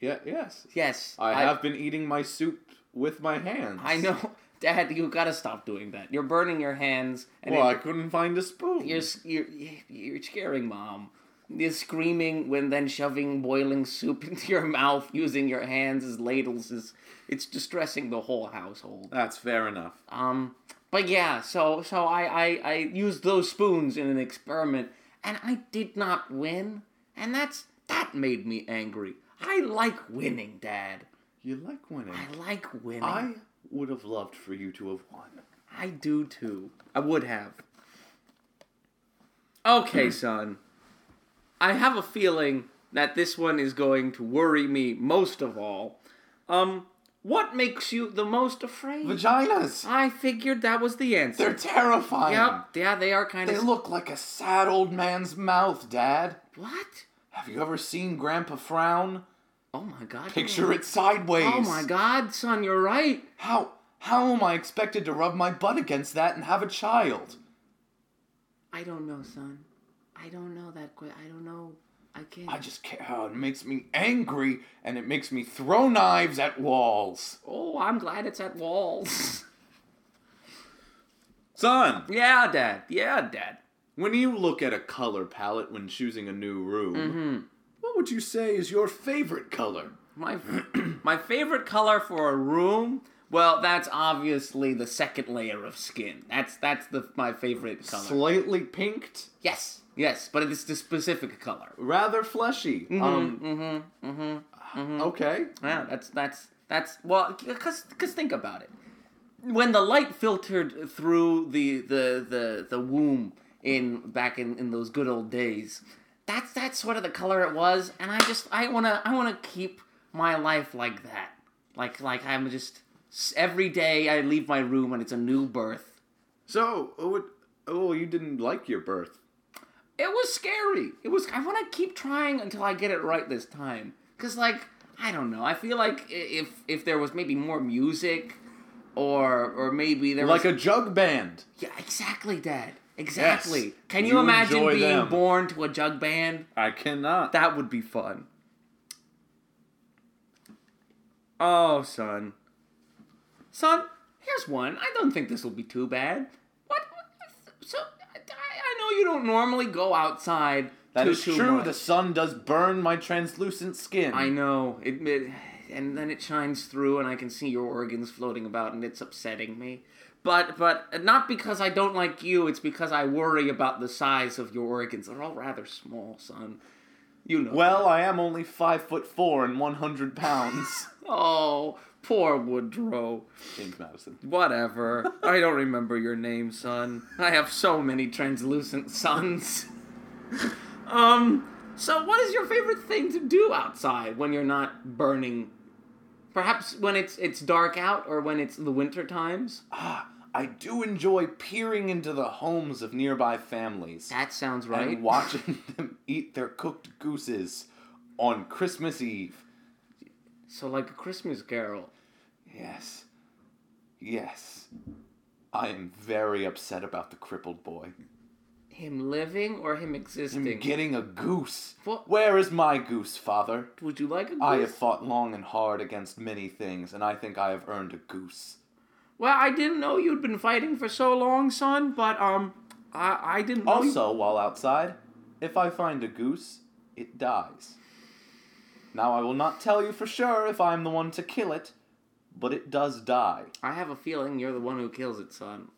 S2: Yeah, yes.
S1: Yes.
S2: I, have been eating my soup with my hands.
S1: I know. Dad, you got to stop doing that. You're burning your hands and
S2: Well,
S1: it-
S2: I couldn't find a spoon.
S1: You're, s- you're, you're scaring mom. You're screaming when then shoving boiling soup into your mouth using your hands as ladles is it's distressing the whole household.
S2: That's fair enough.
S1: Um, but yeah, so so I, I I used those spoons in an experiment and I did not win, and that's that made me angry. I like winning, Dad.
S2: You like winning.
S1: I like winning.
S2: I would have loved for you to have won.
S1: I do too. I would have.
S2: Hmm.
S1: Okay, son. I have a feeling that this one is going to worry me most of all. Um, what makes you the most afraid?
S2: Vaginas.
S1: I figured that was the answer.
S2: They're terrifying.
S1: yep, yeah, they are kind
S2: They
S1: of.
S2: look like a sad old man's mouth, Dad.
S1: what?
S2: Have you ever seen Grandpa frown?
S1: Oh my god.
S2: Picture it sideways.
S1: Oh my god, son, you're right.
S2: How how am I expected to rub my butt against that and have a child?
S1: I don't know, son. I don't know that. que- I don't know. I can't.
S2: I just can't. Oh, it makes me angry and it makes me throw knives at walls.
S1: oh, I'm glad it's at walls.
S2: Son,
S1: Yeah, Dad. Yeah, Dad.
S2: When you look at a color palette when choosing a new room,
S1: Mm-hmm.
S2: what would you say is your favorite color?
S1: My my favorite color for a room. Well, that's obviously the second layer of skin. That's that's the my favorite color.
S2: Slightly pinked,
S1: yes, yes, but it's the specific color.
S2: rather fleshy.
S1: Mm-hmm,
S2: um, Okay.
S1: Yeah, that's that's that's well, cause, cause think about it. When the light filtered through the the the, the womb in back in, in those good old days, that's that's sort of the color it was, and I just I wanna I wanna keep my life like that, like like I'm just s- every day I leave my room and it's a new birth.
S2: So, oh, what, oh, you didn't like your birth.
S1: It was scary. It was. I want to keep trying until I get it right this time. Cause like I don't know. I feel like i- if if there was maybe more music, or or maybe there
S2: Like
S1: was
S2: a jug band.
S1: yeah exactly Dad exactly.
S2: Yes.
S1: Can you,
S2: You
S1: imagine
S2: enjoy
S1: being
S2: them.
S1: born to a jug band?
S2: I cannot.
S1: That would be fun. Oh son, son. Here's one. I don't think this will be too bad. What? So I, I know you don't normally go outside.
S2: That
S1: too,
S2: is
S1: too
S2: true.
S1: much.
S2: The sun does burn my translucent skin.
S1: I know. It, it and then it shines through and I can see your organs floating about and it's upsetting me. But but not because I don't like you, it's because I worry about the size of your organs. They're all rather small, son. You know.
S2: Well, I am only five foot four and one hundred pounds.
S1: oh, poor Woodrow.
S2: James Madison.
S1: Whatever. I don't remember your name, son. I have so many translucent sons. um, so what is your favorite thing to do outside when you're not burning? Perhaps when it's it's dark out or when it's the winter times?
S2: Ah, I do enjoy peering into the homes of nearby families
S1: That sounds right.
S2: and watching them eat their cooked gooses on Christmas Eve.
S1: so like a Christmas carol.
S2: Yes. Yes. I am very upset about the crippled boy.
S1: Him living or him
S2: I'm
S1: existing?
S2: getting a goose.
S1: What-
S2: Where is my goose, father?
S1: Would you like a goose?
S2: I have fought long and hard against many things, and I think I have earned a goose.
S1: well, I didn't know you'd been fighting for so long, son, but um I I didn't know you-
S2: Also, while outside, if I find a goose, it dies. Now, I will not tell you for sure if I am the one to kill it, but it does die.
S1: I have a feeling you're the one who kills it, son.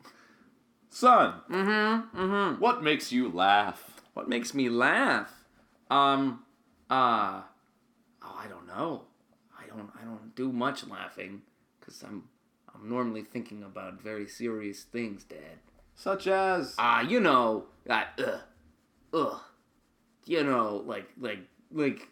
S2: Son,
S1: Mm-hmm. Mm-hmm.
S2: what makes you laugh?
S1: What makes me laugh? Um, uh, oh, I don't know. I don't, I don't do much laughing, cause I'm, I'm normally thinking about very serious things, Dad.
S2: Such as.
S1: Ah, you know that, ugh, ugh, you know, like, like, like,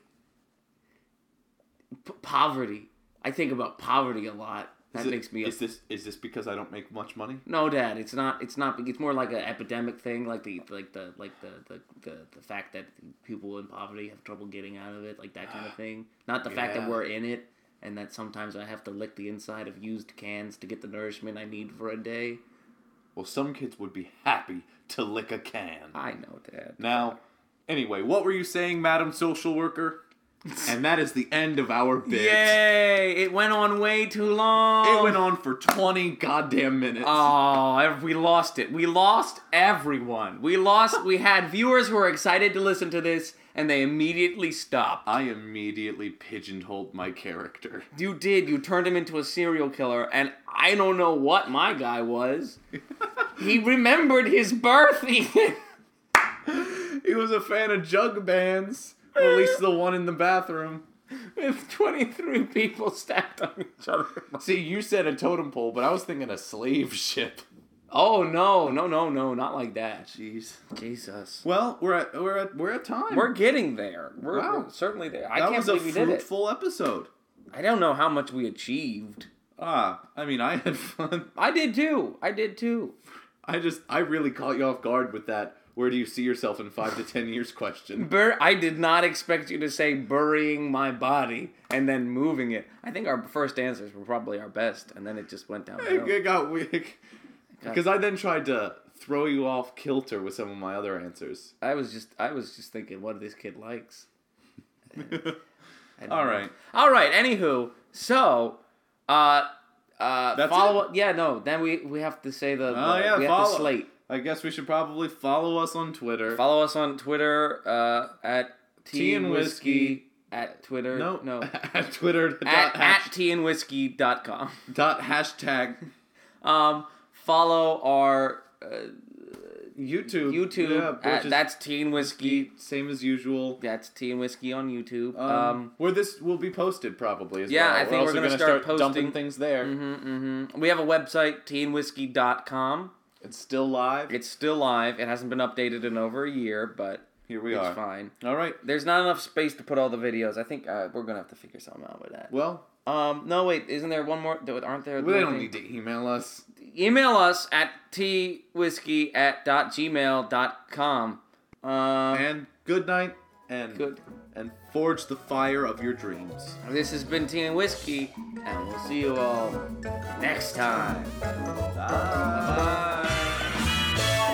S1: p- poverty. I think about poverty a lot. That
S2: Is it-
S1: makes me.
S2: Is this is this because I don't make much money?
S1: No, Dad, it's not. It's not. It's more like an epidemic thing, like the like the like the the, the, the fact that people in poverty have trouble getting out of it, like that kind of thing. Not the fact that
S2: Yeah.
S1: we're in it, and that sometimes I have to lick the inside of used cans to get the nourishment I need for a day.
S2: Well, some kids would be happy to lick a can.
S1: I know, Dad.
S2: Now, anyway, what were you saying, Madam Social Worker? and that is the end of our bit.
S1: Yay! It went on way too long.
S2: It went on for 20 goddamn minutes.
S1: Oh, ev- we lost it. We lost everyone. We lost. we had viewers who were excited to listen to this, and they immediately stopped.
S2: I immediately pigeonholed my character.
S1: You did. You turned him into a serial killer, and I don't know what my guy was. he remembered his birth. even.
S2: He was a fan of jug bands, or at least the one in the bathroom.
S1: With 23 people stacked on each other.
S2: See, you said a totem pole, but I was thinking a slave ship.
S1: Oh, no, no, no, no, not like that.
S2: Jeez.
S1: Jesus.
S2: Well, we're at we're at we're at time.
S1: We're getting there. We're,
S2: Wow.
S1: we're certainly there. I
S2: that
S1: can't
S2: was a
S1: believe we did it.
S2: fruitful episode.
S1: I don't know how much we achieved.
S2: Ah, I mean, I had fun.
S1: I did too. I did too.
S2: I just, I really caught you off guard with that. Where do you see yourself in five to ten years? Question.
S1: Bur- I did not expect you to say burying my body and then moving it. I think our first answers were probably our best, and then it just went downhill.
S2: It, it got weak because I then tried to throw you off kilter with some of my other answers.
S1: I was just I was just thinking what this kid likes.
S2: All right,
S1: All right. Anywho, so uh, uh,
S2: That's
S1: follow. Yeah, no. Then we we have to say the.
S2: Oh,
S1: the-
S2: yeah,
S1: we have
S2: follow-
S1: to slate.
S2: I guess we should probably follow us on Twitter.
S1: Follow us on Twitter uh, at tea,
S2: and Whiskey.
S1: at Twitter.
S2: no,
S1: no.
S2: at Twitter dot,
S1: at,
S2: hash-
S1: at teaandwhiskey.com.
S2: dot hashtag
S1: Um, follow our uh,
S2: YouTube.
S1: YouTube.
S2: Yeah,
S1: at,
S2: which is
S1: that's Tea and Whiskey.
S2: same as usual.
S1: That's Tea and Whiskey on YouTube.
S2: Um,
S1: um
S2: where this will be posted probably. As
S1: Yeah,
S2: well.
S1: I think we're
S2: also
S1: gonna
S2: gonna
S1: start posting-
S2: dumping things there.
S1: hmm We have a website, teenwhiskey.com.
S2: It's still live.
S1: It's still live. It hasn't been updated in over a year, but
S2: Here we
S1: it's
S2: are.
S1: fine.
S2: All right.
S1: There's not enough space to put all the videos. I think uh, we're gonna have to figure something out with that.
S2: Well,
S1: Um, no, wait, isn't there one more? there- Aren't there?
S2: they
S1: more
S2: don't
S1: things?
S2: need to email us.
S1: Email us at twhiskey at dot gmail dot com. Um,
S2: And good night. And
S1: good.
S2: and forge the fire of your dreams.
S1: This has been Tea and Whiskey, and we'll see you all next time. Bye.